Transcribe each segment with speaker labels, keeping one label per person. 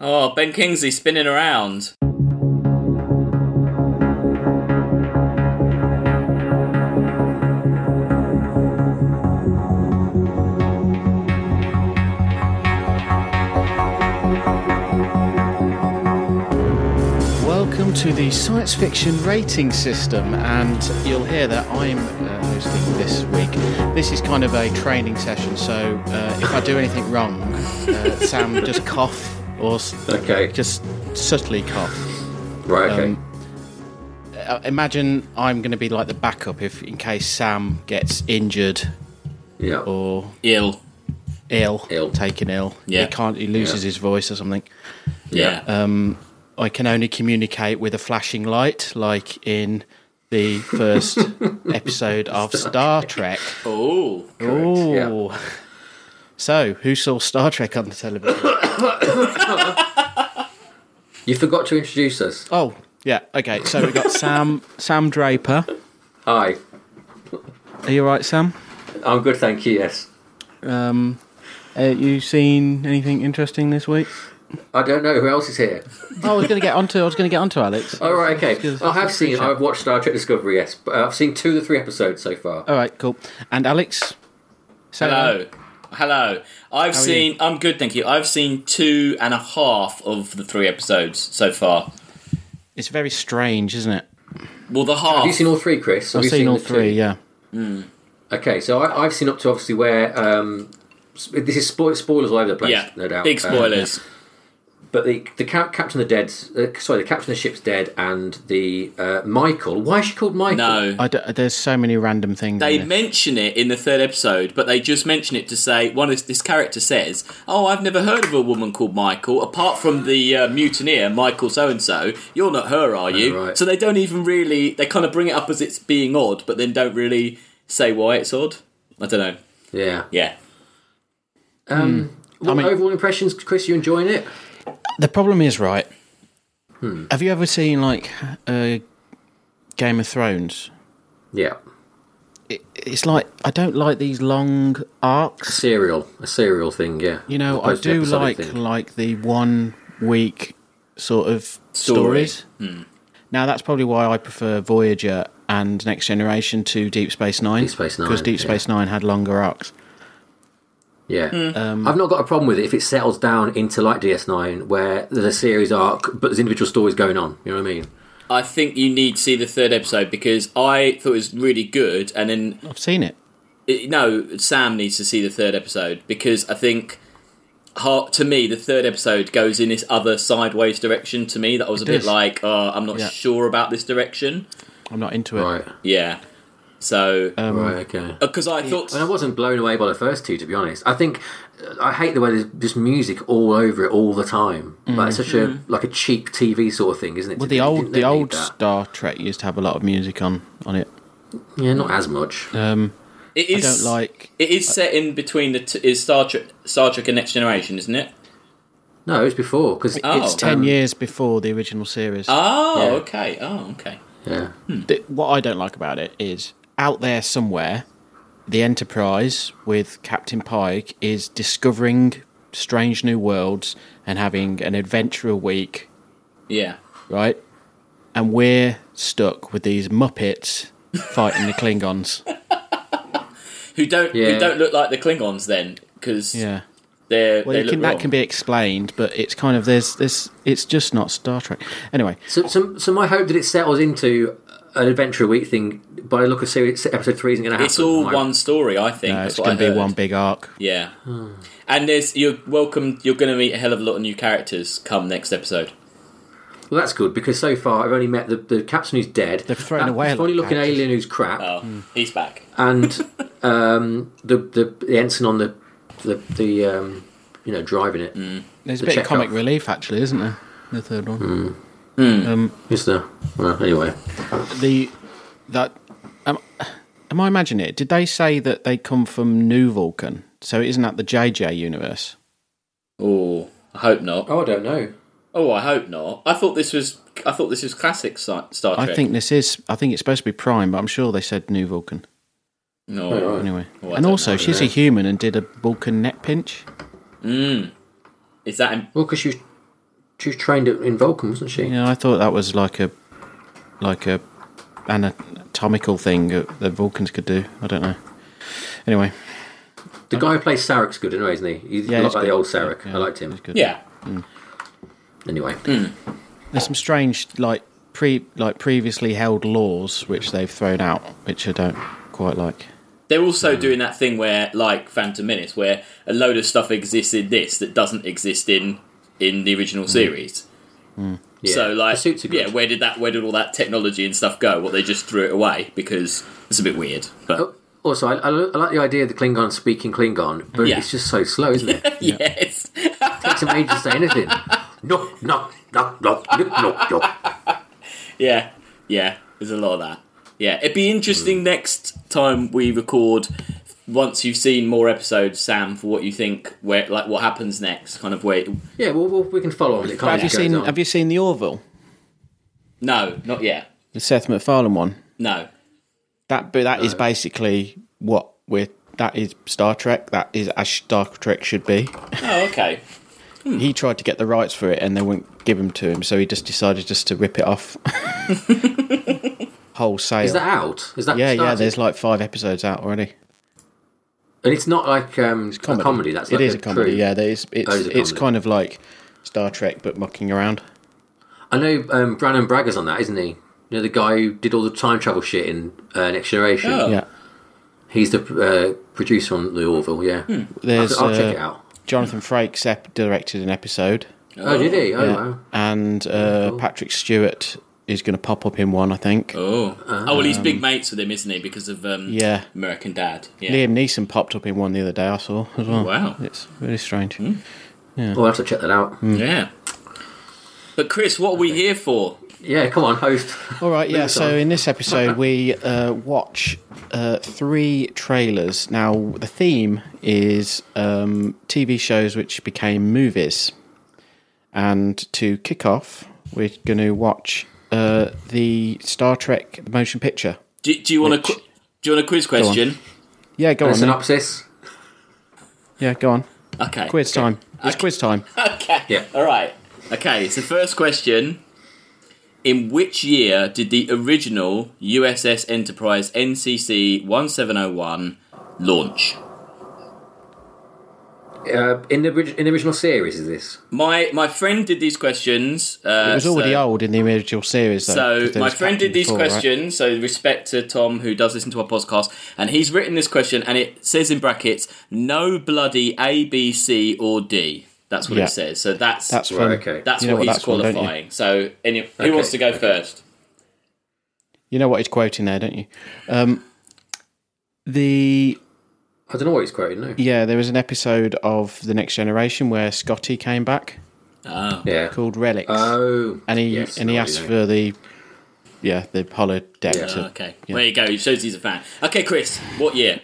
Speaker 1: Oh, Ben Kingsley spinning around.
Speaker 2: Welcome to the science fiction rating system, and you'll hear that I'm uh, hosting this week. This is kind of a training session, so uh, if I do anything wrong, uh, Sam just cough or s-
Speaker 3: Okay.
Speaker 2: just subtly cough.
Speaker 3: Right. Okay.
Speaker 2: Um, Uh, imagine I'm going to be like the backup if, in case Sam gets injured
Speaker 3: yeah.
Speaker 2: or
Speaker 1: Ill.
Speaker 2: ill,
Speaker 3: Ill.
Speaker 2: taken ill.
Speaker 1: Yeah.
Speaker 2: He can't. He loses his voice or something.
Speaker 1: Yeah.
Speaker 2: uh, I can only communicate with a flashing light, like in the first episode of Star Trek.
Speaker 1: oh.
Speaker 2: Oh. So, who saw Star Trek on the television?
Speaker 3: You forgot to introduce us.
Speaker 2: oh, yeah. Okay, so we got Sam Sam Draper.
Speaker 3: Hi.
Speaker 2: Are you all right, Sam?
Speaker 3: I'm good, thank you. Yes.
Speaker 2: Um, uh, you seen anything interesting this week?
Speaker 3: I don't know who else is here.
Speaker 2: Oh, I was going to get onto. I was going to get onto Alex.
Speaker 3: All right. Okay.
Speaker 2: Excuse-
Speaker 3: I have seen.
Speaker 2: appreciate it.
Speaker 3: I've watched Star Trek Discovery. Yes, but I've seen two of the three episodes so far.
Speaker 2: All right, cool. And Alex. So,
Speaker 1: Hello. Hello. I've
Speaker 2: are
Speaker 1: seen. I'm good, thank you. I've seen two and a half of the three episodes so far.
Speaker 2: It's very strange, isn't it?
Speaker 1: Well, the
Speaker 3: Have
Speaker 1: half.
Speaker 3: you seen all three, Chris? Have
Speaker 2: I've
Speaker 3: you
Speaker 2: seen, all
Speaker 3: the
Speaker 2: three.
Speaker 3: two?
Speaker 2: Yeah.
Speaker 3: Okay. So I, I've seen up to obviously where. Um, sp- this is spo- spoilers all over the place.
Speaker 1: yeah.
Speaker 3: No doubt.
Speaker 1: Big
Speaker 3: Um,
Speaker 1: spoilers.
Speaker 3: But the the cap- captain of the dead's uh, sorry, the captain of the ship's dead, and the uh, Michael. Why is she called Michael?
Speaker 1: no.
Speaker 2: I d- there's so many random things.
Speaker 1: They
Speaker 2: in this.
Speaker 1: mention it in the third episode, but they just mention it to say one is this character says, "Oh, I've never heard of a woman called Michael apart from the uh, mutineer Michael so and so. You're not her, are you?"
Speaker 3: right.
Speaker 1: So they don't even really they kind of bring it up as it's being odd, but then don't really say why it's odd. I don't know.
Speaker 3: Yeah.
Speaker 1: Yeah.
Speaker 3: Um, what
Speaker 2: mean-
Speaker 3: overall impressions, Chris? You enjoying it?
Speaker 2: The problem is, right?
Speaker 3: Hmm.
Speaker 2: Have you ever seen like uh, Game of Thrones?
Speaker 3: Yeah.
Speaker 2: It, it's like I don't like these long arcs.
Speaker 3: Serial, a serial thing, yeah.
Speaker 2: You know, I
Speaker 3: Opposed to
Speaker 2: do
Speaker 3: episodic
Speaker 2: like
Speaker 3: thing.
Speaker 2: like the one week sort of
Speaker 1: Story.
Speaker 2: stories.
Speaker 3: Hmm.
Speaker 2: Now that's probably why I prefer Voyager and Next Generation to Deep Space Nine.
Speaker 3: Deep Space Nine,
Speaker 2: because Deep
Speaker 3: yeah.
Speaker 2: Space Nine had longer arcs.
Speaker 3: Yeah,
Speaker 2: um,
Speaker 3: I've not got a problem with it if it settles down into like DS9, where there's a series arc, but there's individual stories going on. You know what I mean?
Speaker 1: I think you need to see the third episode because I thought it was really good, and then
Speaker 2: I've seen it.
Speaker 1: it- no, Sam needs to see the third episode because I think, ha- to me, the third episode goes in this other sideways direction. To me, that I was a bit
Speaker 2: does.
Speaker 1: like, oh, I'm not
Speaker 2: Yeah.
Speaker 1: sure about this direction.
Speaker 2: I'm not into it.
Speaker 3: Right,
Speaker 1: Yeah. So,
Speaker 2: Uh, um,
Speaker 3: right, okay.
Speaker 1: because I thought,
Speaker 3: And I wasn't blown away by the first two, to be honest. I think uh, I hate the way there's just music all over it all the time. Like it's such a like a cheap TV sort of thing, isn't it?
Speaker 2: Well,
Speaker 3: to me?
Speaker 2: the
Speaker 3: Didn't
Speaker 2: old
Speaker 3: they
Speaker 2: the
Speaker 3: need
Speaker 2: old
Speaker 3: that?
Speaker 2: Star Trek used to have a lot of music on on it. Um,
Speaker 3: yeah, not as much.
Speaker 1: it
Speaker 2: I
Speaker 1: is
Speaker 2: don't like
Speaker 1: it is set in between the t- is Star Trek Star Trek and Next Generation, isn't it?
Speaker 3: no, it's before because
Speaker 1: Oh.
Speaker 2: It's ten
Speaker 3: Um,
Speaker 2: years before the original series.
Speaker 1: Oh,
Speaker 3: Yeah.
Speaker 1: okay. Oh, okay.
Speaker 3: yeah,
Speaker 2: Th- what I don't like about it is out there somewhere, the Enterprise with Captain Pike is discovering strange new worlds and having an adventure a week,
Speaker 1: Yeah.
Speaker 2: right? And we're stuck with these Muppets fighting the Klingons.
Speaker 1: Who don't who
Speaker 3: Yeah.
Speaker 1: don't look like the Klingons then? Because
Speaker 2: Yeah.
Speaker 1: they're
Speaker 2: Well,
Speaker 1: they
Speaker 2: you can,
Speaker 1: look
Speaker 2: that can be explained, but it's kind of there's this. It's just not Star Trek. Anyway,
Speaker 3: So, so, so my hope that it settles into an adventure a week thing by the look of series episode three isn't going to happen.
Speaker 1: It's all
Speaker 3: Like,
Speaker 1: one story, I think.
Speaker 2: uh,
Speaker 1: That's
Speaker 2: it's
Speaker 1: what I
Speaker 2: going to be
Speaker 1: heard.
Speaker 2: one big arc.
Speaker 1: Yeah.
Speaker 3: Hmm.
Speaker 1: And there's you're welcome. You're going to meet a hell of a lot of new characters come next episode.
Speaker 3: Well, that's good because so far I've only met the, the captain who's dead.
Speaker 2: They've thrown
Speaker 3: that
Speaker 2: away a lot
Speaker 3: funny
Speaker 2: of
Speaker 3: looking
Speaker 2: characters.
Speaker 3: alien who's crap,
Speaker 1: Oh, he's back.
Speaker 3: and um, the, the the ensign on the the, the um, you know driving it.
Speaker 1: Mm.
Speaker 2: There's a
Speaker 3: The
Speaker 2: bit of
Speaker 3: checkup.
Speaker 2: comic relief, actually, isn't there? The third one.
Speaker 1: Hmm.
Speaker 2: Hmm. Um,
Speaker 3: Is there? Well, anyway,
Speaker 2: the that am, am I imagining it? Did they say that they come from New Vulcan? So it isn't that the JJ universe?
Speaker 1: Oh, I hope not.
Speaker 3: oh, I don't know.
Speaker 1: Oh, I hope not. I thought this was. I thought this was classic Sci- Star Trek.
Speaker 2: I think this is. I think it's supposed to be Prime, but I'm sure they said New Vulcan
Speaker 1: no.
Speaker 3: Oh, right.
Speaker 2: anyway.
Speaker 1: Well, I
Speaker 2: and
Speaker 1: don't
Speaker 2: also,
Speaker 1: know,
Speaker 2: she's a human and did a Vulcan neck pinch.
Speaker 1: Is that in,
Speaker 3: Well, because she was She was trained at- in Vulcan, wasn't she?
Speaker 2: Yeah, I thought that was like a like a anatomical thing that the Vulcans could do. I don't know. Anyway,
Speaker 3: The guy who plays Sarek's good anyway, isn't he? He's
Speaker 2: Yeah,
Speaker 3: a lot
Speaker 2: he's
Speaker 3: like the
Speaker 2: good.
Speaker 3: old Sarek.
Speaker 2: Yeah,
Speaker 3: I liked
Speaker 2: he's
Speaker 3: him.
Speaker 2: good.
Speaker 1: Yeah.
Speaker 3: Anyway,
Speaker 1: Mm.
Speaker 2: There's some strange like pre like previously held laws which they've thrown out, which I don't quite like.
Speaker 1: They're also
Speaker 3: Hmm.
Speaker 1: doing that thing where, like Phantom Menace, where a load of stuff exists in this that doesn't exist in in the original series.
Speaker 3: Hmm. yeah.
Speaker 1: So, like,
Speaker 3: the suits are good.
Speaker 1: yeah, where did that? Where did all that technology and stuff go? Well, they just threw it away because it's a bit weird. But
Speaker 3: Oh, Also, I, I lo- I like the idea of the Klingon speaking Klingon, but
Speaker 1: Yeah.
Speaker 3: it's just so slow, isn't it? it
Speaker 1: yes,
Speaker 3: takes him ages to say anything. No, no, no, no, no, no, no.
Speaker 1: yeah, yeah. There's a lot of that. Yeah, it'd be interesting next time we record. Once you've seen more episodes, Sam, for what you think, where like what happens next, kind of where.
Speaker 3: Yeah, well, well, we can follow on. It kind
Speaker 2: Have
Speaker 3: of
Speaker 2: you
Speaker 3: goes
Speaker 2: seen
Speaker 3: on.
Speaker 2: Have you seen the Orville,
Speaker 1: No, not yet.
Speaker 2: the Seth MacFarlane one?
Speaker 1: No.
Speaker 2: That but that is basically what we're. That is Star Trek. That is as Star Trek should be.
Speaker 1: Oh, okay.
Speaker 3: Hmm.
Speaker 2: He tried to get the rights for it, and they wouldn't give them to him. So he just decided just to rip it off wholesale.
Speaker 3: Is that out? Is that
Speaker 2: yeah, yeah.
Speaker 3: started?
Speaker 2: There's like five episodes out already.
Speaker 3: and it's not like um, a comedy. That's like
Speaker 2: it is a
Speaker 3: true-
Speaker 2: comedy. Yeah, there is, it's
Speaker 3: Oh, it's a
Speaker 2: it's
Speaker 3: comedy.
Speaker 2: kind of like Star Trek but mucking around.
Speaker 3: I know um, Brandon Bragger's on that, isn't he? You know the guy who did all the time travel shit in uh, Next Generation.
Speaker 1: Oh.
Speaker 2: Yeah,
Speaker 3: He's the uh, producer on the Orville. Yeah,
Speaker 1: Hmm.
Speaker 2: there's
Speaker 3: I'll, I'll
Speaker 2: uh,
Speaker 3: check it out.
Speaker 2: Jonathan Frakes ep- directed an episode,
Speaker 3: Oh, did he? Oh, wow.
Speaker 2: and uh, Patrick Stewart is going to pop up in one, I think.
Speaker 1: Oh. oh, well, he's big mates with him, isn't he? Because of um,
Speaker 2: Yeah.
Speaker 1: American Dad. Yeah.
Speaker 2: Liam Neeson popped up in one the other day. I saw as well.
Speaker 1: Wow. Hmm.
Speaker 2: it's really strange.
Speaker 3: Oh, I'll have to check that out.
Speaker 2: Hmm.
Speaker 1: Yeah. But Chris, what are we here for?
Speaker 3: Yeah, come on, host.
Speaker 2: All right, yeah.
Speaker 3: Move
Speaker 2: So
Speaker 3: on.
Speaker 2: in this episode, we uh, watch uh, three trailers. Now the theme is um, TV shows which became movies, and to kick off, we're going to watch uh, the Star Trek the motion picture.
Speaker 1: Do, do you want a qu- do you want a quiz question?
Speaker 2: Yeah, go
Speaker 3: A
Speaker 2: on. then.
Speaker 3: synopsis.
Speaker 2: Yeah, go on.
Speaker 1: Okay.
Speaker 2: Quiz time. It's quiz time.
Speaker 1: Okay.
Speaker 3: Yeah.
Speaker 1: All right. Okay. So first question: In which year did the original USS Enterprise NCC one seven zero oh one launch?
Speaker 3: Uh, in the orig- in the original series, is this?
Speaker 1: My my friend did these questions. Uh,
Speaker 2: It was already
Speaker 1: so,
Speaker 2: old in the original series, though. 'cause
Speaker 1: So
Speaker 2: there
Speaker 1: my
Speaker 2: was
Speaker 1: friend
Speaker 2: Captain
Speaker 1: did these
Speaker 2: before, right?
Speaker 1: questions. So respect to Tom who does listen to our podcast, and he's written this question, and it says in brackets, "No bloody A, B, C, or D." That's what
Speaker 2: Yeah.
Speaker 1: it says. So that's
Speaker 2: That's
Speaker 3: Right,
Speaker 2: fun.
Speaker 3: okay.
Speaker 1: that's
Speaker 2: you know
Speaker 1: what
Speaker 2: what
Speaker 1: he's
Speaker 2: that's from, don't you?
Speaker 1: qualifying. So any, who
Speaker 3: Okay,
Speaker 1: wants to go
Speaker 3: okay.
Speaker 1: first?
Speaker 2: You know what he's quoting there, don't you? Um, the
Speaker 3: I don't know what he's quoting. No.
Speaker 2: Yeah, there was an episode of The Next Generation where Scotty came back
Speaker 1: Oh.
Speaker 3: Yeah.
Speaker 2: called Relics,
Speaker 3: Oh.
Speaker 2: and he
Speaker 3: yes,
Speaker 2: and he
Speaker 3: no,
Speaker 2: asked
Speaker 3: no.
Speaker 2: for the yeah the hollow deck.
Speaker 3: Yeah.
Speaker 2: To,
Speaker 1: Ah, Okay. There you go. He shows he's a fan. Okay, Chris, what year?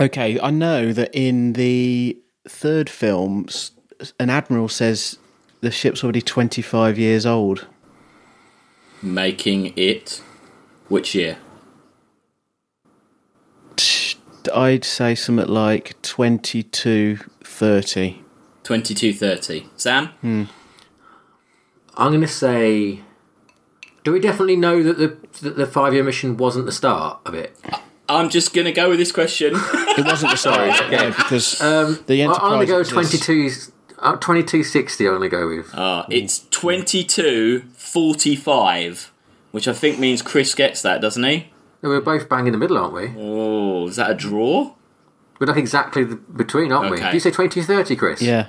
Speaker 2: Okay, I know that in the third film, s- an admiral says the ship's already twenty five years old.
Speaker 1: Making it. Which year?
Speaker 2: Tch, I'd say something like twenty two thirty.
Speaker 1: 2230. Sam?
Speaker 3: I'm going to say. Do we definitely know that the that the five year mission wasn't the start of it?
Speaker 1: I'm just going to go with this question.
Speaker 2: It wasn't the story, no, because the
Speaker 3: Um, I- I'm
Speaker 2: Enterprise.
Speaker 3: going to go
Speaker 2: exists.
Speaker 3: 22. Uh, 2260 I'm going to go with.
Speaker 1: Uh, it's 2245, which I think means Chris gets that, doesn't he?
Speaker 3: We're both bang in the middle, aren't we?
Speaker 1: Oh, is that a draw?
Speaker 3: We're like exactly the, between, aren't we?
Speaker 1: Okay.
Speaker 3: Did you say 2230, Chris?
Speaker 2: Yeah,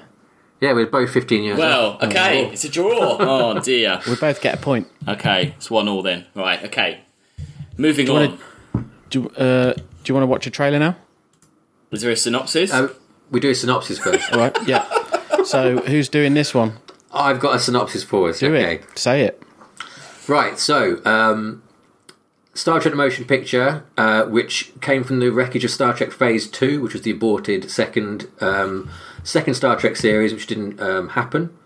Speaker 3: Yeah, we're both 15 years
Speaker 1: Well,
Speaker 3: old.
Speaker 1: okay, it's a draw. Oh, dear.
Speaker 2: we both get a point.
Speaker 1: Okay, it's one all then. Right, okay. Moving
Speaker 2: wanna-
Speaker 1: on.
Speaker 2: Do uh, do you want to watch a trailer now?
Speaker 1: Was there a synopsis?
Speaker 3: Uh, we do a synopsis first.
Speaker 2: All right. Yeah. So who's doing this one?
Speaker 3: I've got a synopsis for us.
Speaker 2: Do
Speaker 3: okay.
Speaker 2: it. Say it.
Speaker 3: Right, so um, Star Trek the Motion Picture, uh, which came from the wreckage of Star Trek Phase Two, which was the aborted second um, second Star Trek series, which didn't um, happen,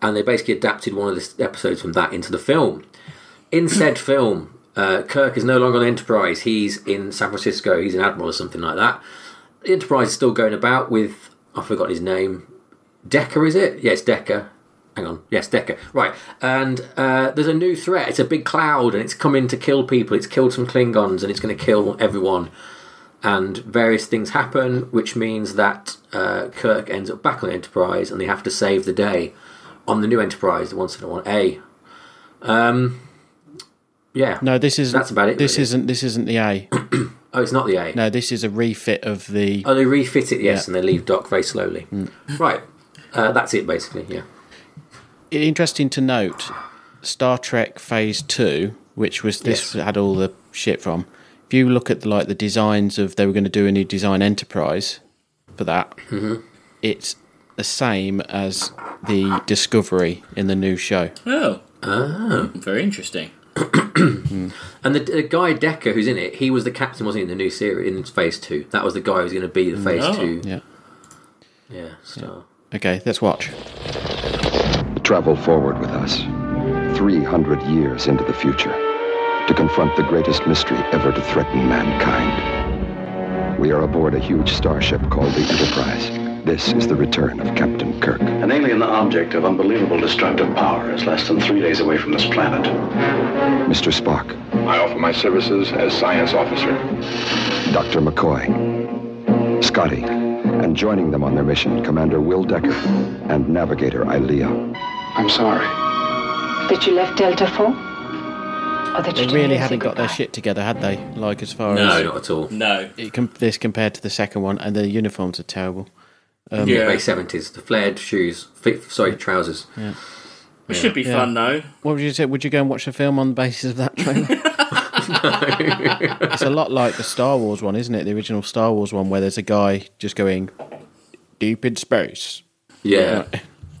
Speaker 3: and they basically adapted one of the s- episodes from that into the film. In said film, uh, Kirk is no longer on Enterprise; he's in San Francisco. He's an admiral or something like that. The Enterprise is still going about with I've forgotten his name. Decker, is it? Yes, Decker. Hang on. Yes, Decker. Right. And uh, there's a new threat. It's a big cloud and it's coming to kill people. It's killed some Klingons and it's going to kill everyone. And various things happen, which means that uh, Kirk ends up back on the Enterprise and they have to save the day on the new Enterprise, the 171A. Um, yeah.
Speaker 2: No, this isn't.
Speaker 3: That's about it,
Speaker 2: This
Speaker 3: really.
Speaker 2: isn't. This isn't the A.
Speaker 3: Oh, it's not the A.
Speaker 2: No, this is a refit of the.
Speaker 3: Oh, they refit it, yes,
Speaker 2: Yeah. Mm.
Speaker 3: and they leave Doc very slowly. Right. Uh, that's it, basically, yeah.
Speaker 2: Interesting to note, Star Trek Phase Two, which was this
Speaker 3: Yes.
Speaker 2: had all the shit from. If you look at the, like the designs of they were going to do a new design enterprise for that, it's the same as the Discovery in the new show.
Speaker 1: Oh. Very interesting.
Speaker 3: And the, the guy Decker, who's in it, he was the captain, wasn't he, in the new series, in Phase 2. That was the guy who was going to be the Phase
Speaker 1: Oh.
Speaker 3: 2
Speaker 2: Yeah.
Speaker 3: yeah, star.
Speaker 2: Okay, let's watch.
Speaker 4: Travel forward with us, 300 years into the future, to confront the greatest mystery ever to threaten mankind. We are aboard a huge starship called the Enterprise. This is the return of Captain Kirk.
Speaker 5: An alien object of unbelievable destructive power is less than three days away from this planet.
Speaker 4: Mr. Spock,
Speaker 6: I offer my services as science officer.
Speaker 4: Dr. McCoy, Scotty, and joining them on their mission, Commander Will Decker and Navigator Ilea.
Speaker 5: I'm sorry.
Speaker 7: that you left Delta for? Or that
Speaker 2: They
Speaker 7: you
Speaker 2: really haven't got their shit together, had they? Like as far
Speaker 1: No.
Speaker 3: No,
Speaker 2: as
Speaker 3: not at all.
Speaker 1: No.
Speaker 2: it com- this compared to the second one, and the uniforms are terrible.
Speaker 1: yeah.
Speaker 3: Very 70s. The flared shoes, fi- sorry, trousers.
Speaker 1: It should be fun though.
Speaker 2: What would you say? Would you go and watch the film on the basis of that trailer? it's a lot like the Star Wars one, isn't it? The original Star Wars one, where there's a guy just going deep in space.
Speaker 3: Yeah.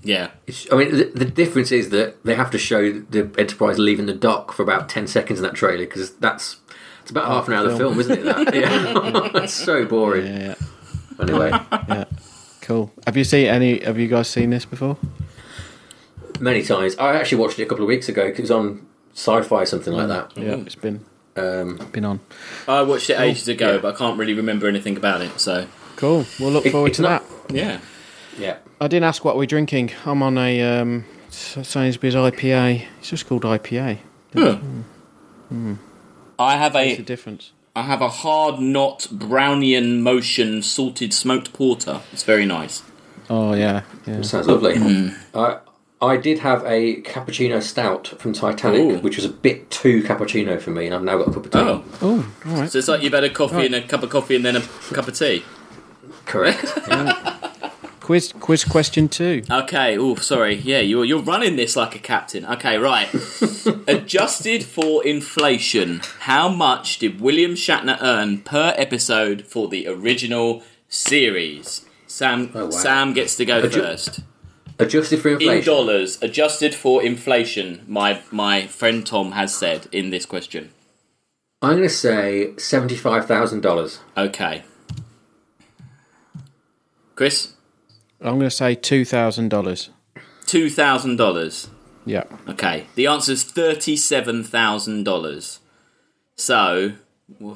Speaker 1: Yeah.
Speaker 3: It's- I mean, the, the difference is that they have to show the Enterprise leaving the dock for about 10 seconds in that trailer because that's. It's about half an hour of the film, isn't it? That? Yeah. it's so boring.
Speaker 2: Yeah,
Speaker 3: Anyway,
Speaker 2: cool. Have you seen any? Have you guys seen this before?
Speaker 3: many times. I actually watched it a couple of weeks ago because it was on sci fi, something like that.
Speaker 2: Yeah, it's been
Speaker 3: Um,
Speaker 2: been on.
Speaker 1: I watched it ages ago,
Speaker 3: Oh, yeah.
Speaker 1: but I can't really remember anything about it. So
Speaker 2: Cool. We'll look
Speaker 3: It-
Speaker 2: forward
Speaker 3: it's
Speaker 2: to
Speaker 3: not-
Speaker 2: that.
Speaker 1: yeah.
Speaker 3: yeah.
Speaker 2: I didn't ask what we're drinking. I'm on a um, S- Sainsbury's IPA. It's just called IPA.
Speaker 1: I have
Speaker 2: What's
Speaker 1: a
Speaker 2: the difference?
Speaker 1: I have a hard knot Brownian motion salted smoked porter. It's very nice.
Speaker 2: Oh yeah, yeah.
Speaker 3: Sounds lovely.
Speaker 1: Hmm.
Speaker 3: I I did have a cappuccino stout from Titanic,
Speaker 1: Ooh.
Speaker 3: which was a bit too cappuccino for me, and I've now got a cup of tea.
Speaker 1: Oh,
Speaker 2: Oh, all right.
Speaker 1: so it's like you've had a coffee and a cup of coffee and then a cup of tea.
Speaker 3: Correct.
Speaker 2: Quiz quiz question two.
Speaker 1: Okay. Oh, sorry. Yeah, you're you're running this like a captain. Okay, right. Adjusted for inflation, how much did William Shatner earn per episode for the original series? Sam
Speaker 3: Oh, wow.
Speaker 1: Sam gets to go
Speaker 3: Adju-
Speaker 1: first.
Speaker 3: Adjusted for
Speaker 1: In
Speaker 3: inflation.
Speaker 1: dollars, adjusted for inflation, my my friend Tom has said in this question.
Speaker 3: I'm going to say seventy-five thousand dollars.
Speaker 1: Okay. Chris,
Speaker 2: I'm going to say two thousand dollars.
Speaker 1: two thousand dollars.
Speaker 2: Yeah.
Speaker 1: Okay, the answer is thirty-seven thousand dollars. So
Speaker 3: We're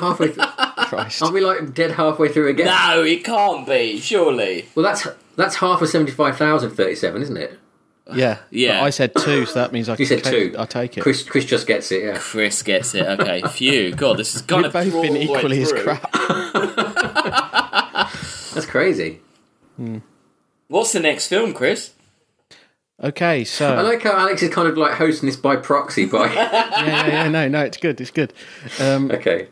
Speaker 3: halfway. Th-
Speaker 2: Christ.
Speaker 3: aren't we like dead halfway through again?
Speaker 1: no, it can't be. Surely,
Speaker 3: Well, that's that's half of seventy-five thousand thirty-seven, isn't it?
Speaker 2: Yeah.
Speaker 1: Yeah.
Speaker 2: But I said two, so that means I
Speaker 3: You
Speaker 2: can
Speaker 3: said
Speaker 2: take,
Speaker 3: two.
Speaker 2: I take it.
Speaker 3: Chris, Chris just gets it. Yeah.
Speaker 1: Chris gets it. Okay, phew. God, this is kind
Speaker 2: We've
Speaker 1: of
Speaker 2: both
Speaker 1: all
Speaker 2: been
Speaker 1: the way
Speaker 2: equally as
Speaker 1: through.
Speaker 2: crap.
Speaker 3: That's crazy.
Speaker 1: What's the next film, Chris?
Speaker 2: Okay, so
Speaker 3: I like how Alex is kind of like hosting this by proxy. By
Speaker 2: yeah, yeah, yeah, no, no, it's good, it's good. Um,
Speaker 3: okay,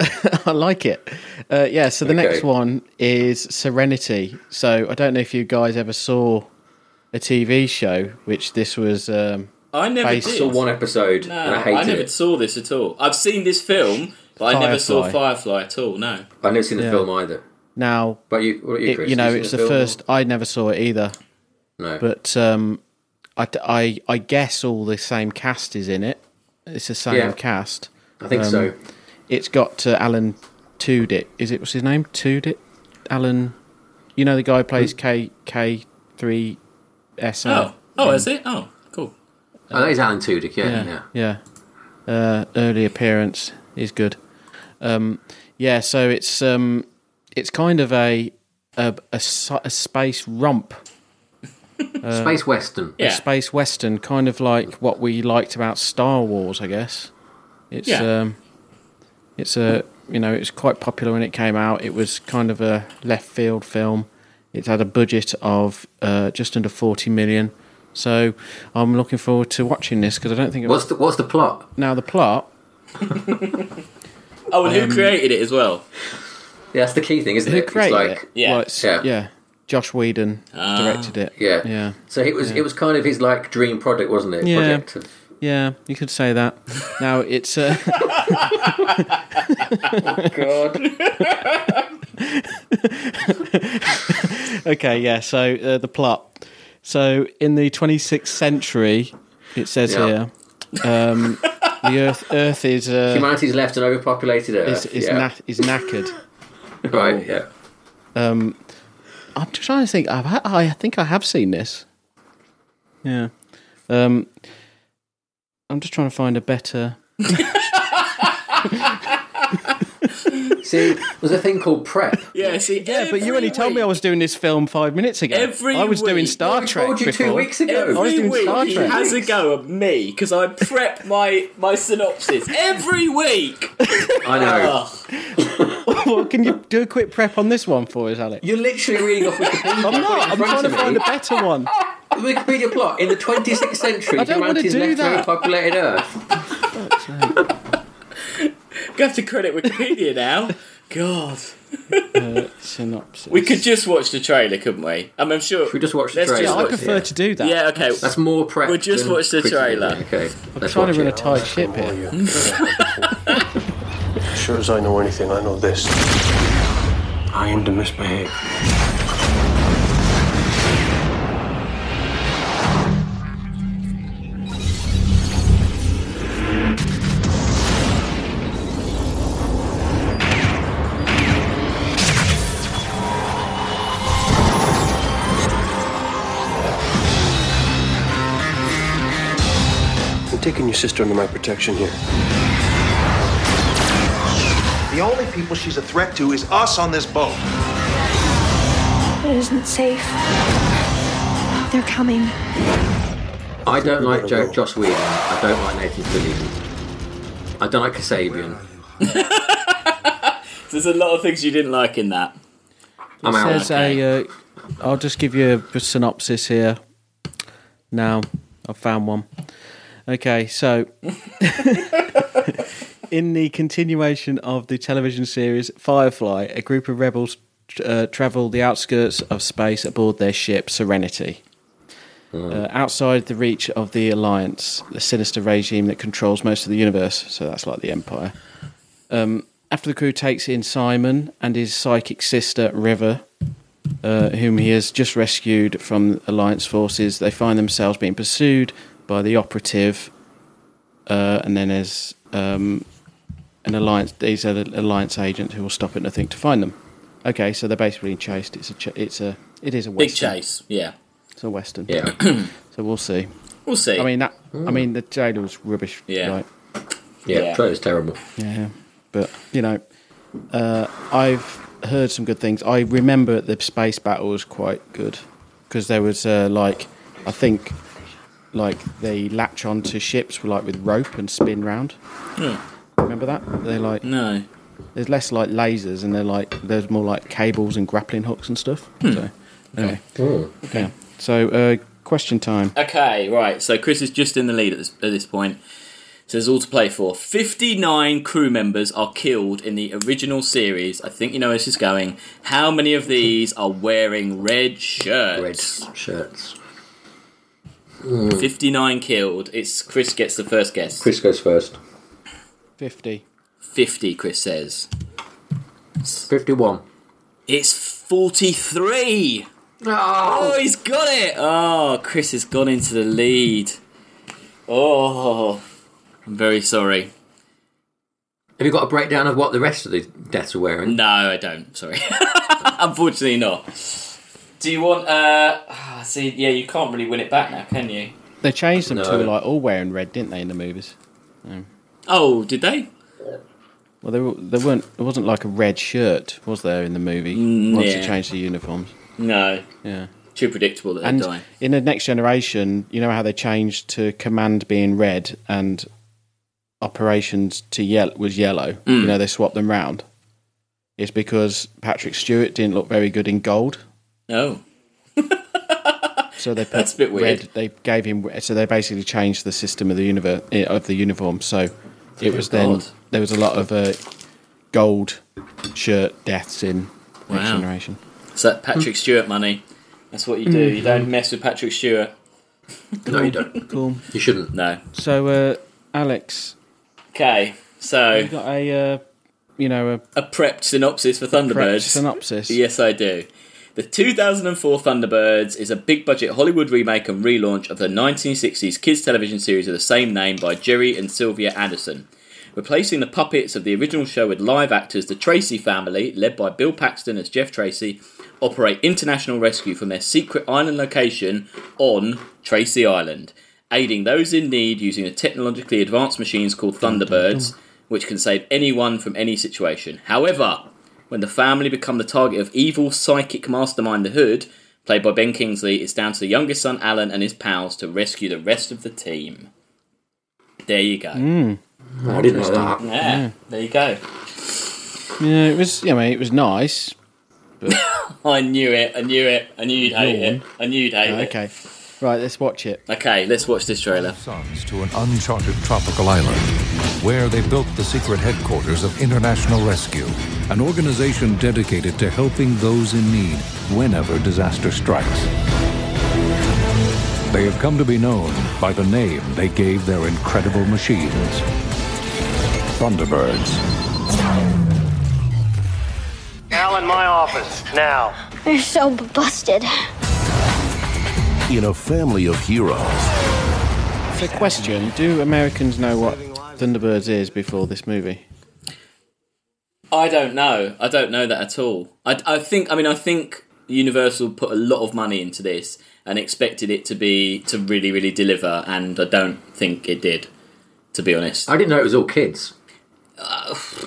Speaker 2: I like it. Uh, yeah, so the
Speaker 3: Okay.
Speaker 2: next one is Serenity. So I don't know if you guys ever saw a TV show, which this was. Um,
Speaker 1: I never
Speaker 2: Based
Speaker 1: did.
Speaker 3: saw one episode
Speaker 1: No,
Speaker 3: and I
Speaker 1: I,
Speaker 3: hated
Speaker 1: never
Speaker 3: it.
Speaker 1: saw this at all. I've seen this film, but I never saw
Speaker 2: Firefly.
Speaker 1: Firefly at all. No.
Speaker 3: i I never seen the
Speaker 2: Yeah.
Speaker 3: film either.
Speaker 2: now,
Speaker 3: But you, what about you,
Speaker 2: it,
Speaker 3: Chris?
Speaker 2: you know,
Speaker 3: seen
Speaker 2: it's the,
Speaker 3: film or-
Speaker 2: first. I never saw it either,
Speaker 3: No.
Speaker 2: but um, I, I, I guess all the same cast is in it. It's the same
Speaker 3: Yeah.
Speaker 2: cast.
Speaker 3: I think
Speaker 2: um,
Speaker 3: so.
Speaker 2: it's got uh, Alan Tudit. Is it what's his name? Tudit, Alan. You know the guy who plays K K three S.
Speaker 1: Oh, oh, is it? Oh, cool.
Speaker 3: Oh, that is Alan Tudyk, yeah. yeah.
Speaker 2: yeah, yeah. Uh, early appearance is good. Um, yeah, so it's um, it's kind of a a, a, sci- a space romp
Speaker 3: Space Western.
Speaker 1: Yeah.
Speaker 2: space western, kind of like what we liked about Star Wars, I guess. It's
Speaker 1: Yeah.
Speaker 2: um, it's a you know it's quite popular when it came out. It was kind of a left field film. It had a budget of uh, just under forty million. So I'm looking forward to watching this because I don't think it
Speaker 3: What's
Speaker 2: was
Speaker 3: the What's the plot?
Speaker 2: now the plot.
Speaker 1: Oh, and who created it as well?
Speaker 3: Yeah, that's the key thing, isn't
Speaker 2: Who
Speaker 3: it?
Speaker 2: created
Speaker 3: it's
Speaker 2: it?
Speaker 3: like,
Speaker 1: Yeah.
Speaker 2: Well, it's-
Speaker 3: Yeah.
Speaker 2: yeah. Josh Whedon
Speaker 1: Ah.
Speaker 2: directed it.
Speaker 3: Yeah.
Speaker 2: yeah,
Speaker 3: So it was it was kind of his like dream product, wasn't it?
Speaker 2: Yeah.
Speaker 3: Project of-
Speaker 2: yeah. You could say that. now it's uh,
Speaker 3: God.
Speaker 2: okay, yeah. So uh, the plot. So in the 26th century, it says
Speaker 3: Yeah.
Speaker 2: here, um, the Earth Earth is uh,
Speaker 3: Humanity's left an overpopulated Earth.
Speaker 2: is is,
Speaker 3: yeah.
Speaker 2: kna- is knackered.
Speaker 3: right. Yeah.
Speaker 2: I'm just trying to think. I've ha- I think I have seen this. Yeah. Um, I'm just trying to find a better.
Speaker 3: See, there's a thing called prep.
Speaker 1: Yeah, see, yeah,
Speaker 2: But you only told me I was doing this film five minutes ago.
Speaker 1: Every
Speaker 2: I was doing
Speaker 1: week.
Speaker 2: Star
Speaker 3: I
Speaker 2: Trek
Speaker 3: told you
Speaker 2: before.
Speaker 3: two weeks ago.
Speaker 1: Every
Speaker 2: I was doing
Speaker 1: week
Speaker 2: Star
Speaker 1: he
Speaker 2: Trek.
Speaker 1: has a go at me because I prep my my synopsis every week.
Speaker 3: I know.
Speaker 1: Ugh.
Speaker 2: Well, can you do a quick prep on this one for us, Alex?
Speaker 3: You're literally reading off Wikipedia.
Speaker 2: I'm
Speaker 3: right
Speaker 2: not.
Speaker 3: in
Speaker 2: I'm
Speaker 3: front
Speaker 2: trying to
Speaker 3: of
Speaker 2: find
Speaker 3: me.
Speaker 2: a better one.
Speaker 3: The Wikipedia plot in the 26th century.
Speaker 2: I don't wanna
Speaker 3: humanity's
Speaker 2: do
Speaker 3: left
Speaker 2: that.
Speaker 3: an overpopulated Earth.
Speaker 1: You have to credit Wikipedia now. God,
Speaker 2: Uh, Synopsis.
Speaker 1: we could just watch the trailer, couldn't we? I mean, I'm sure.
Speaker 3: We just watched the
Speaker 1: Let's just
Speaker 3: trailer.
Speaker 2: Yeah, I
Speaker 1: watch-
Speaker 2: prefer
Speaker 3: yeah.
Speaker 2: to do that.
Speaker 1: Yeah, okay.
Speaker 3: That's more prep.
Speaker 1: We'll just
Speaker 3: than
Speaker 1: watch the
Speaker 3: criticism.
Speaker 1: trailer.
Speaker 3: Okay. Let's
Speaker 2: trying
Speaker 3: watch
Speaker 2: to run a
Speaker 3: it.
Speaker 2: tight ship here.
Speaker 8: Sure as I know anything, I know this. I am to misbehave. I'm taking your sister under my protection here.
Speaker 9: The only people she's a threat to is us on this boat.
Speaker 10: It isn't safe. They're coming.
Speaker 3: I don't like jo- Joss Whedon. I don't like Nathan Fillion. I don't like Kasabian.
Speaker 1: There's a lot of things you didn't like in that.
Speaker 3: I'm out.
Speaker 2: There's a. Uh, I'll just give you a synopsis here. Now, I've found one. Okay, so in the continuation of the television series Firefly, a group of rebels uh, travel the outskirts of space aboard their ship Serenity. Uh, outside the reach of the Alliance, the sinister regime that controls most of the universe, so that's like the Empire. Um, After the crew takes in Simon and his psychic sister River, uh, whom he has just rescued from Alliance forces, they find themselves being pursued by the operative. Uh, and then there's um, an Alliance. These are the Alliance agents who will stop at nothing to find them. Okay, so they're basically being chased. It's a ch- it's a it is a
Speaker 1: Big
Speaker 2: western.
Speaker 1: chase. Yeah,
Speaker 2: It's a western.
Speaker 3: Yeah.
Speaker 2: So we'll see.
Speaker 1: we'll see.
Speaker 2: I mean that. I mean the trailer was rubbish.
Speaker 1: Yeah.
Speaker 2: Right.
Speaker 3: Yeah,
Speaker 1: Yeah.
Speaker 3: trailer's terrible.
Speaker 2: Yeah, but you know, uh, I've heard some good things. I remember the space battle was quite good because there was uh, like I think like they latch onto ships like with rope and spin round. Remember that? They like
Speaker 1: no.
Speaker 2: there's less like lasers and they're like there's more like cables and grappling hooks and stuff. So anyway,
Speaker 3: Oh.
Speaker 2: yeah. So uh, question time.
Speaker 1: Okay, right. So Chris is just in the lead at this, at this point. Says all to play for. Fifty-nine crew members are killed in the original series. I think you know where this is going. How many of these are wearing red
Speaker 3: Red
Speaker 1: shirts?
Speaker 3: shirts.
Speaker 1: Fifty-nine killed. It's Chris gets the first guess.
Speaker 3: Chris goes first.
Speaker 2: Fifty.
Speaker 1: Fifty. Chris says
Speaker 3: 51.
Speaker 1: it's forty-three. Oh, he's got it. Oh, Chris has gone into the lead. Oh, I'm very sorry.
Speaker 3: Have you got a breakdown of what the rest of the deaths are wearing?
Speaker 1: No, I don't. Sorry. Unfortunately, not. Do you want? uh ah, See, yeah, you can't really win it back now, can you?
Speaker 2: They changed them
Speaker 3: No.
Speaker 2: to like all wearing red, didn't they, in the movies?
Speaker 1: Oh, did they?
Speaker 2: Well, there, were- there weren't. It wasn't like a red shirt, was there, in the movie?
Speaker 1: Mm,
Speaker 2: Once
Speaker 1: yeah.
Speaker 2: they changed the uniforms,
Speaker 1: No.
Speaker 2: yeah.
Speaker 1: Too predictable that
Speaker 2: and
Speaker 1: they die.
Speaker 2: in the next generation, you know how they changed to command being red and operations to yellow was yellow.
Speaker 1: Mm.
Speaker 2: You know they swapped them round. It's because Patrick Stewart didn't look very good in gold,
Speaker 1: No.
Speaker 2: so they put
Speaker 1: That's a bit weird.
Speaker 2: red. They gave him so they basically changed the system of the universe of the uniform. So it was then
Speaker 1: God.
Speaker 2: there was a lot of uh, gold shirt deaths in next
Speaker 1: Wow.
Speaker 2: generation.
Speaker 1: It's that Patrick Stewart money. That's what you do.
Speaker 2: Mm.
Speaker 1: You don't mess with Patrick Stewart.
Speaker 3: No, you don't.
Speaker 2: Cool.
Speaker 3: You shouldn't.
Speaker 1: No.
Speaker 2: So uh, Alex,
Speaker 1: Okay. So
Speaker 2: you got a uh, you know a
Speaker 1: a prepped synopsis for
Speaker 2: correct
Speaker 1: Thunderbirds.
Speaker 2: synopsis.
Speaker 1: Yes, I do. The 2004 Thunderbirds is a big budget Hollywood remake and relaunch of the 1960s kids television series of the same name by Jerry and Sylvia Anderson. Replacing the puppets of the original show with live actors, the Tracy family, led by Bill Paxton as Jeff Tracy, operate international rescue from their secret island location on Tracy Island, aiding those in need using the technologically advanced machines called Thunderbirds, which can save anyone from any situation. However, when the family become the target of evil psychic mastermind the Hood, played by Ben Kingsley, it's down to the youngest son Alan and his pals to rescue the rest of the team. There you go.
Speaker 3: No, I didn't know that.
Speaker 1: Yeah, there you go.
Speaker 2: Yeah, it was. Yeah, I mean, it was nice.
Speaker 1: I knew it. I knew it. I knew you'd hate it. I knew you'd hate
Speaker 2: Okay, right, let's watch it.
Speaker 1: it. Okay, let's watch this trailer.
Speaker 11: sons to an uncharted tropical island where they built the secret headquarters of International Rescue, an organization dedicated to helping those in need whenever disaster strikes. They have come to be known by the name they gave their incredible machines Thunderbirds.
Speaker 8: Al in my office, now.
Speaker 12: They're so busted.
Speaker 13: In a family of heroes,
Speaker 2: So, question: Do Americans know what Thunderbirds is before this movie?
Speaker 1: I don't know. I don't know that at all. I, I think. I mean, I think Universal put a lot of money into this and expected it to be to really, really deliver, and I don't think it did. To be honest,
Speaker 3: I didn't know it was all kids.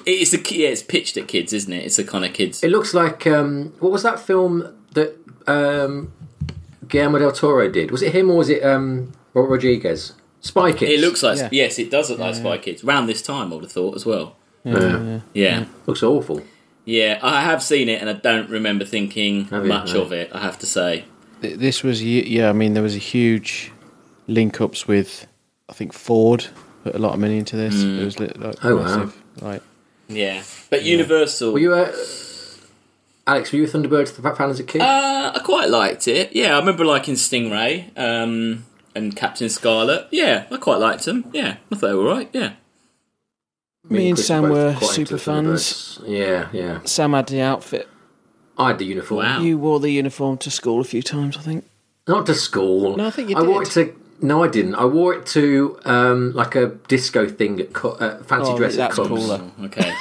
Speaker 1: it's a ki- yeah, it's pitched at kids, isn't it? It's the kind of kids.
Speaker 3: It looks like um, what was that film that um, Guillermo del Toro did? Was it him or was it um, Robert Rodriguez? Spy Kids.
Speaker 1: It looks like
Speaker 2: Yeah.
Speaker 1: yes, it does look like Spy Kids. Round this time, I would have thought as well.
Speaker 3: Yeah.
Speaker 1: Yeah.
Speaker 3: Looks awful.
Speaker 1: Yeah, I have seen it, and I don't remember thinking
Speaker 3: Have you?
Speaker 1: much
Speaker 3: No.
Speaker 1: of it. I have to say.
Speaker 2: Th- This was, y- yeah. I mean, there was a huge link-ups with, I think Ford put a lot of money into this. It was li- like,
Speaker 3: Oh, wow.
Speaker 2: like
Speaker 1: Yeah, but Universal.
Speaker 3: Were you a Alex? Were you a Thunderbirds the fan as a kid?
Speaker 1: Uh, I quite liked it. Yeah, I remember liking Stingray um, and Captain Scarlet. Yeah, I quite liked them. Yeah, I thought they were right. Yeah.
Speaker 2: me and
Speaker 3: Chris
Speaker 2: Sam
Speaker 3: both
Speaker 2: were
Speaker 3: quite
Speaker 2: super
Speaker 3: into
Speaker 2: fans.
Speaker 3: Thunderbirds. Yeah, yeah.
Speaker 2: Sam had the outfit.
Speaker 3: I had the uniform.
Speaker 1: Wow.
Speaker 2: You wore the uniform to school a few times, I think.
Speaker 3: Not to school.
Speaker 2: No, I think you
Speaker 3: I wore it
Speaker 2: did.
Speaker 3: to. No, I didn't. I wore it to um, like a disco thing at co- uh, fancy
Speaker 2: Oh,
Speaker 3: dress at
Speaker 2: that's
Speaker 3: clubs.
Speaker 2: cooler.
Speaker 1: Okay.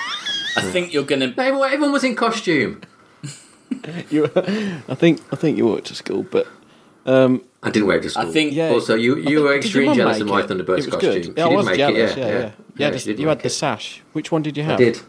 Speaker 1: I think you're gonna.
Speaker 3: No, everyone, everyone was in costume.
Speaker 2: You, I think, I think you wore it to school, but
Speaker 3: I didn't wear it to school.
Speaker 1: I think- Yeah.
Speaker 3: Also, you,
Speaker 2: I
Speaker 3: you
Speaker 2: think-
Speaker 3: were
Speaker 2: did your
Speaker 3: extremely
Speaker 2: mum
Speaker 3: jealous of
Speaker 2: make
Speaker 3: my
Speaker 2: it?
Speaker 3: Thunderbirds
Speaker 2: It was
Speaker 3: costume.
Speaker 2: good.
Speaker 3: She
Speaker 2: Yeah, I
Speaker 3: did
Speaker 2: was
Speaker 3: make
Speaker 2: jealous,
Speaker 3: it. Yeah,
Speaker 2: yeah,
Speaker 3: yeah.
Speaker 2: yeah. Yeah,
Speaker 3: she
Speaker 2: just-
Speaker 3: did
Speaker 2: you had
Speaker 3: make
Speaker 2: the
Speaker 3: it.
Speaker 2: sash. Which one did you
Speaker 3: I
Speaker 2: have?
Speaker 3: did.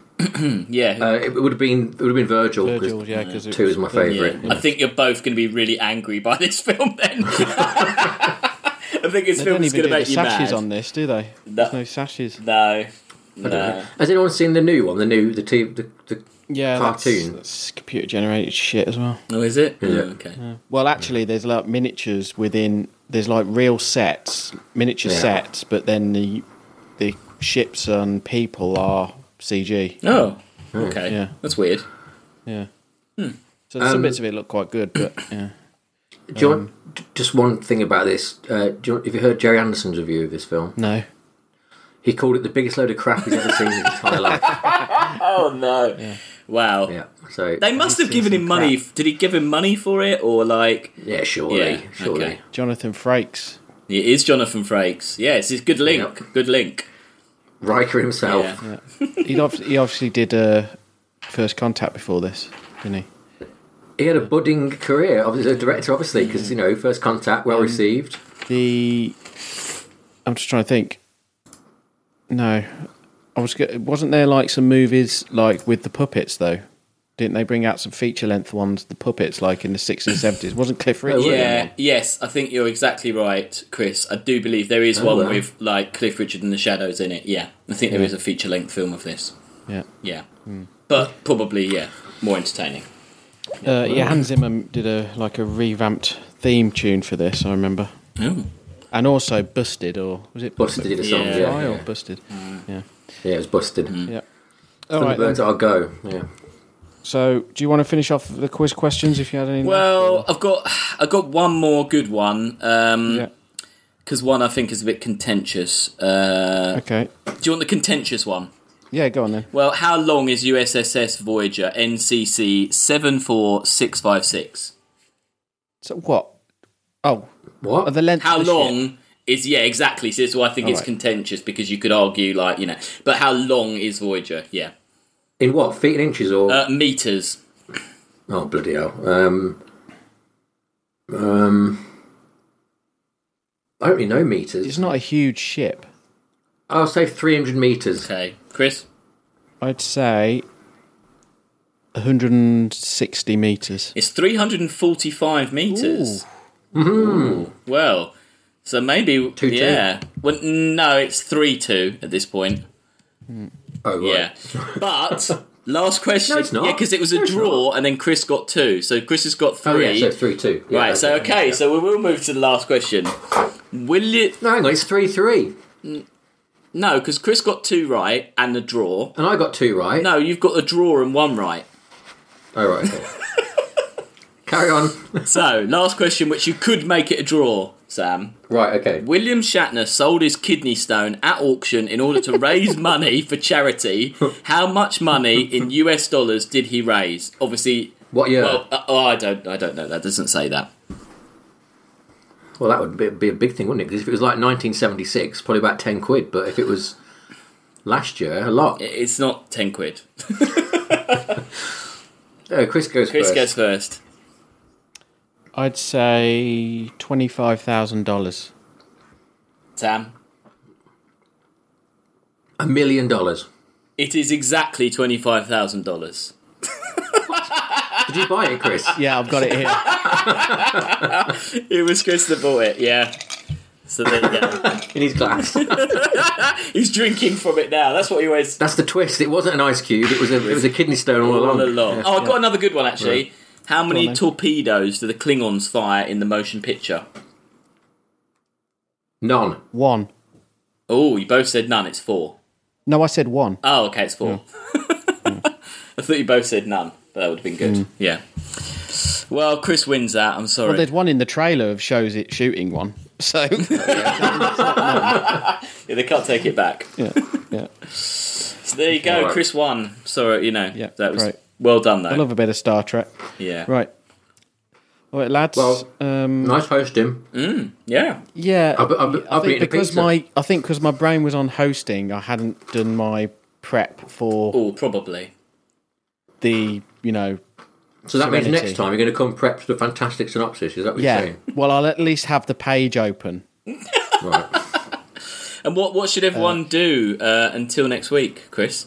Speaker 1: Yeah.
Speaker 3: Uh, it would have been it would have been Virgil. 'cause
Speaker 2: Virgil, yeah, because
Speaker 3: Two is my favourite.
Speaker 1: yeah. I think you're both gonna be really angry by this film. Then. I think this
Speaker 2: They don't
Speaker 1: film is gonna
Speaker 2: even do the
Speaker 1: make you
Speaker 2: sashes
Speaker 1: mad.
Speaker 2: on this, do they? There's no sashes.
Speaker 1: No.
Speaker 3: I don't know.
Speaker 1: No.
Speaker 3: Uh, Has anyone seen the new one? The new the t- the, the
Speaker 2: Yeah, that's-
Speaker 3: cartoon.
Speaker 2: that's computer generated shit as well.
Speaker 1: Oh, is it?
Speaker 3: Yeah.
Speaker 1: Oh, okay.
Speaker 2: Well, actually, there's like miniatures within. There's like real sets, miniature
Speaker 3: Yeah.
Speaker 2: sets, but then the the ships and people are CG.
Speaker 1: Oh. Okay.
Speaker 2: Yeah.
Speaker 1: That's weird.
Speaker 2: Yeah.
Speaker 1: Hmm.
Speaker 2: So some
Speaker 3: Um,
Speaker 2: bits of it look quite good, but yeah.
Speaker 3: Do you
Speaker 2: Um,
Speaker 3: want, j- just one thing about this? Uh, do you, want- have you heard Jerry Anderson's review of this film?
Speaker 2: No.
Speaker 3: He called it the biggest load of crap he's ever seen in his entire life.
Speaker 1: Oh no. Wow.
Speaker 3: Yeah. So
Speaker 1: They must have given him money. f Did he give him money for it, or like
Speaker 3: yeah, surely,
Speaker 1: Yeah,
Speaker 3: surely.
Speaker 1: okay.
Speaker 2: Jonathan Frakes.
Speaker 1: It is Jonathan Frakes. Yes, it's good link.
Speaker 3: Yep.
Speaker 1: Good link.
Speaker 3: Riker himself.
Speaker 1: Yeah.
Speaker 2: He ob- he obviously did uh, First Contact before this, didn't he?
Speaker 3: He had a budding career. Obviously, a director, obviously, because
Speaker 1: Mm.
Speaker 3: you know, first contact, well received.
Speaker 2: The I'm just trying to think. No, I was. go- Wasn't there like some movies like with the puppets though? Didn't they bring out some feature length ones, the puppets, like in the 60s and 70s? Wasn't Cliff Richard?
Speaker 1: yeah, yes, I think you're exactly right, Chris. I do believe there is
Speaker 2: Oh,
Speaker 1: one
Speaker 2: wow.
Speaker 1: with like Cliff Richard and the Shadows in it. Yeah, I think there
Speaker 2: Yeah.
Speaker 1: is a feature length film of this.
Speaker 2: Yeah.
Speaker 1: Yeah,
Speaker 2: Hmm.
Speaker 1: but probably yeah, more entertaining.
Speaker 2: Uh, yeah, Hans Zimmer did a like a revamped theme tune for this. I remember.
Speaker 1: Oh.
Speaker 2: And also Busted, or was it
Speaker 3: Busted did a song, yeah,
Speaker 2: Fly or
Speaker 3: yeah.
Speaker 2: Busted? Yeah.
Speaker 3: Yeah, it was busted.
Speaker 1: Mm.
Speaker 2: Yeah. Alright
Speaker 3: Thunderbirds
Speaker 2: then.
Speaker 3: are go. Yeah.
Speaker 2: So, do you want to finish off the quiz questions if you had any?
Speaker 1: Well, I've got I've got one more good one. Um 'cause Because one I think is a bit contentious. Uh,
Speaker 2: Okay.
Speaker 1: Do you want the contentious one?
Speaker 2: Yeah, go on then.
Speaker 1: Well, how long is USSS Voyager NCC 74656?
Speaker 2: So what? Oh,
Speaker 3: what?
Speaker 2: The length.
Speaker 1: How
Speaker 2: of the ship?
Speaker 1: long is yeah exactly? So this is why I think it's
Speaker 2: Alright.
Speaker 1: contentious because you could argue like you know, but how long is Voyager? Yeah,
Speaker 3: In what feet and inches or
Speaker 1: uh, meters.
Speaker 3: oh bloody hell? Um, um, I don't really know meters. It's
Speaker 2: not a huge ship.
Speaker 3: I'll say three hundred meters.
Speaker 1: Okay, Chris.
Speaker 2: I'd say 160 meters.
Speaker 1: It's three hundred and forty-five meters. Ooh. Well, so maybe
Speaker 2: Two-two.
Speaker 1: yeah. Well, no, it's three two at this point.
Speaker 3: Oh
Speaker 1: yeah, but. Last question.
Speaker 3: No, it's not.
Speaker 1: Yeah, because it was a draw, and then Chris got two. So Chris has got
Speaker 3: Oh
Speaker 1: three.
Speaker 3: yeah, so three two. Yeah,
Speaker 1: right. so okay. So we will move to the last question. Will you?
Speaker 3: No, hang on. It's three three.
Speaker 1: No, because Chris got two right and the draw.
Speaker 3: And I got two right.
Speaker 1: No, you've got the draw and one right.
Speaker 3: All Oh, right. Okay. Carry on.
Speaker 1: so, last question, which you could make it a draw, Sam.
Speaker 3: Right. Okay.
Speaker 1: William Shatner sold his kidney stone at auction in order to raise money for charity. How much money in US dollars did he raise? Obviously,
Speaker 3: What year?
Speaker 1: Well, uh, oh, I don't, I don't know. That doesn't say that.
Speaker 3: Well, that would be, be a big thing, wouldn't it? Because if it was like 1976, probably about 10 quid. But if it was last year, a lot.
Speaker 1: It's not 10 quid.
Speaker 3: Uh, Chris goes
Speaker 1: Chris
Speaker 3: first.
Speaker 1: goes first.
Speaker 2: I'd say $25,000.
Speaker 1: Sam,
Speaker 3: A million dollars.
Speaker 1: it is exactly twenty-five thousand dollars.
Speaker 3: Did you buy it, Chris?
Speaker 2: yeah, I've got it here.
Speaker 1: it was Chris that bought it, yeah. So there you go.
Speaker 3: In his glass.
Speaker 1: He's drinking from it now. That's what he always.
Speaker 3: That's the twist. It wasn't an ice cube. It was a it was a kidney stone all,
Speaker 1: All
Speaker 3: along.
Speaker 1: along.
Speaker 3: Yeah.
Speaker 1: Oh, I've got another good one actually.
Speaker 3: Right.
Speaker 1: How many
Speaker 3: Go on, then.
Speaker 1: torpedoes do the Klingons fire in the motion picture?
Speaker 3: None.
Speaker 2: One.
Speaker 1: Oh, you both said none. It's four.
Speaker 2: No, I said one.
Speaker 1: Oh, okay, it's four.
Speaker 2: Hmm.
Speaker 1: I thought you both said none. but That would have been good.
Speaker 2: Mm.
Speaker 1: Yeah. Well, Chris wins that. I'm
Speaker 2: Well,
Speaker 1: sorry.
Speaker 2: there's one in the trailer of shows it shooting one. So,
Speaker 1: Yeah, they can't take it back.
Speaker 2: yeah, yeah.
Speaker 1: So there you go.
Speaker 2: Alright.
Speaker 1: Chris won. Sorry, you know. Yeah, that was
Speaker 2: great.
Speaker 1: well done though.
Speaker 2: I love a bit of Star Trek.
Speaker 1: Yeah.
Speaker 2: Right. All right, lads.
Speaker 3: Well,
Speaker 2: um,
Speaker 3: nice hosting.
Speaker 1: Mm, yeah.
Speaker 2: Yeah,
Speaker 3: I'll be- I'll be-
Speaker 2: I
Speaker 3: I'll be
Speaker 2: think
Speaker 3: eating a
Speaker 2: because
Speaker 3: pizza.
Speaker 2: my I think because my brain was on hosting, I hadn't done my prep for
Speaker 1: Oh, probably.
Speaker 2: the you know.
Speaker 3: So that means
Speaker 2: Serenity.
Speaker 3: next time you're going to come prepped with a fantastic synopsis. Is that what
Speaker 2: yeah.
Speaker 3: you're saying?
Speaker 2: Well, I'll at least have the page open.
Speaker 1: And what what should everyone do uh, until next week, Chris?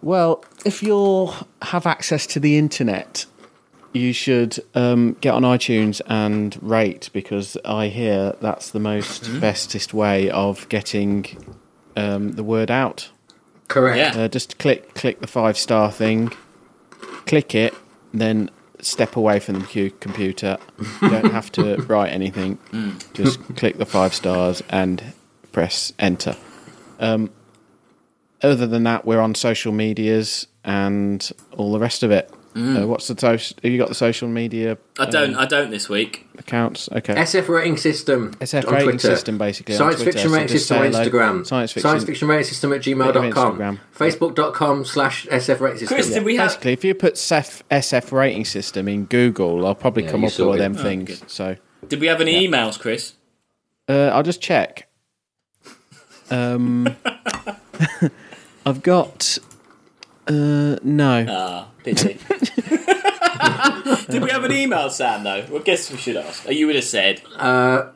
Speaker 2: Well, if you have access to the internet, you should um, get on iTunes and rate because I hear that's the most
Speaker 3: Mm-hmm.
Speaker 2: bestest way of getting um, the word out.
Speaker 3: Correct.
Speaker 2: Uh, just click click the five star thing, click it, then step away from the cu- computer. You don't have to write anything.
Speaker 1: Mm.
Speaker 2: Just click the five stars and press enter. Um, other than that, we're on social medias and all the rest of it.
Speaker 1: Mm.
Speaker 2: Uh, what's the toast? Have you got the social media
Speaker 1: I don't.
Speaker 2: um,
Speaker 1: I don't this week.
Speaker 2: accounts? Okay.
Speaker 3: SF rating system.
Speaker 2: SF
Speaker 3: on
Speaker 2: rating
Speaker 3: Twitter.
Speaker 2: system, basically, on
Speaker 3: Science
Speaker 2: Twitter.
Speaker 3: fiction
Speaker 2: So
Speaker 3: rating
Speaker 2: just
Speaker 3: system on
Speaker 2: say hello.
Speaker 3: Instagram.
Speaker 2: Science fiction-
Speaker 3: Science fiction rating system at gmail.com.
Speaker 2: Instagram.
Speaker 3: Facebook.com slash SF rating system.
Speaker 1: Chris, did we have?
Speaker 2: Basically, if you put SF, SF rating system in Google, I'll probably
Speaker 3: Yeah,
Speaker 2: come
Speaker 3: you
Speaker 2: up with
Speaker 3: saw
Speaker 2: all
Speaker 3: it.
Speaker 2: them
Speaker 1: Oh,
Speaker 2: things. So
Speaker 1: Did we have any emails, Chris?
Speaker 2: Uh, I'll just check. Um, I've got. Uh, no.
Speaker 1: Ah, pity. Did we have an email, Sam? Though. Well, guess we should ask. Oh, you would have said.
Speaker 3: Uh,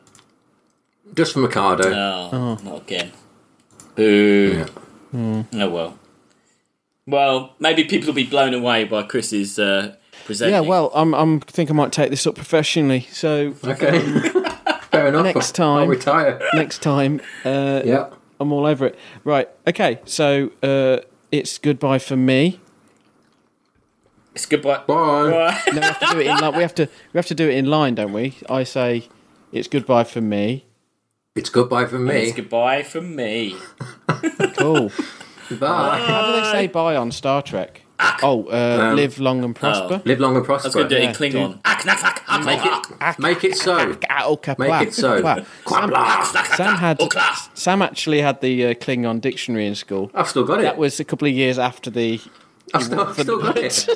Speaker 3: just for Mikado.
Speaker 1: Oh, not again. Boo.
Speaker 2: Hmm.
Speaker 1: Oh well. Well, maybe people will be blown away by Chris's uh, presenting.
Speaker 2: Yeah, well, I'm, I'm think I might take this up professionally. So
Speaker 3: okay, fair enough.
Speaker 2: Next time, I'll
Speaker 3: retire.
Speaker 2: Next time, uh,
Speaker 3: yeah,
Speaker 2: I'm all over it. Right, okay. So uh, it's goodbye for me.
Speaker 1: It's goodbye.
Speaker 3: Bye.
Speaker 2: Bye. no, we have to do it in line. We have to we have to do it in line, don't we? I say it's goodbye for me.
Speaker 3: It's goodbye for me.
Speaker 1: And it's goodbye for me.
Speaker 2: cool.
Speaker 3: Bye.
Speaker 2: How do they say bye on Star Trek? Oh, uh, um, live long and prosper.
Speaker 3: Ah. Oh. Live long and prosper.
Speaker 1: That's good. Yeah, Klingon. Dude.
Speaker 3: Make it, make it so.
Speaker 2: Make
Speaker 3: it so.
Speaker 2: Sam, Sam had. Sam actually had the uh, Klingon dictionary in school.
Speaker 3: I've still got it.
Speaker 2: That was a couple of years after the.
Speaker 3: I've still, I've still got it.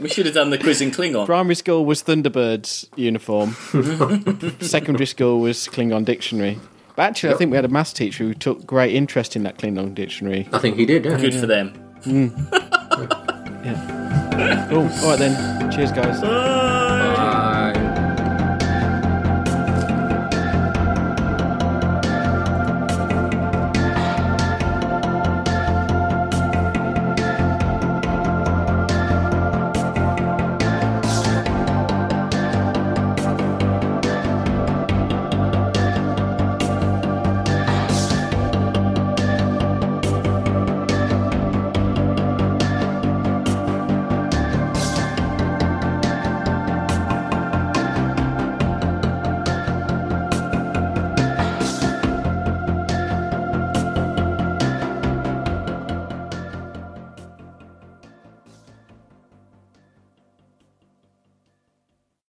Speaker 1: we should have done the quiz in Klingon.
Speaker 2: Primary school was Thunderbird's uniform. Secondary school was Klingon dictionary. But actually, yep. I think we had a maths teacher who took great interest in that Klingon dictionary.
Speaker 3: I think he did. Yeah.
Speaker 1: Good
Speaker 3: yeah.
Speaker 1: for them.
Speaker 2: Mm. yeah. Cool. All right Oh, then. Cheers, guys.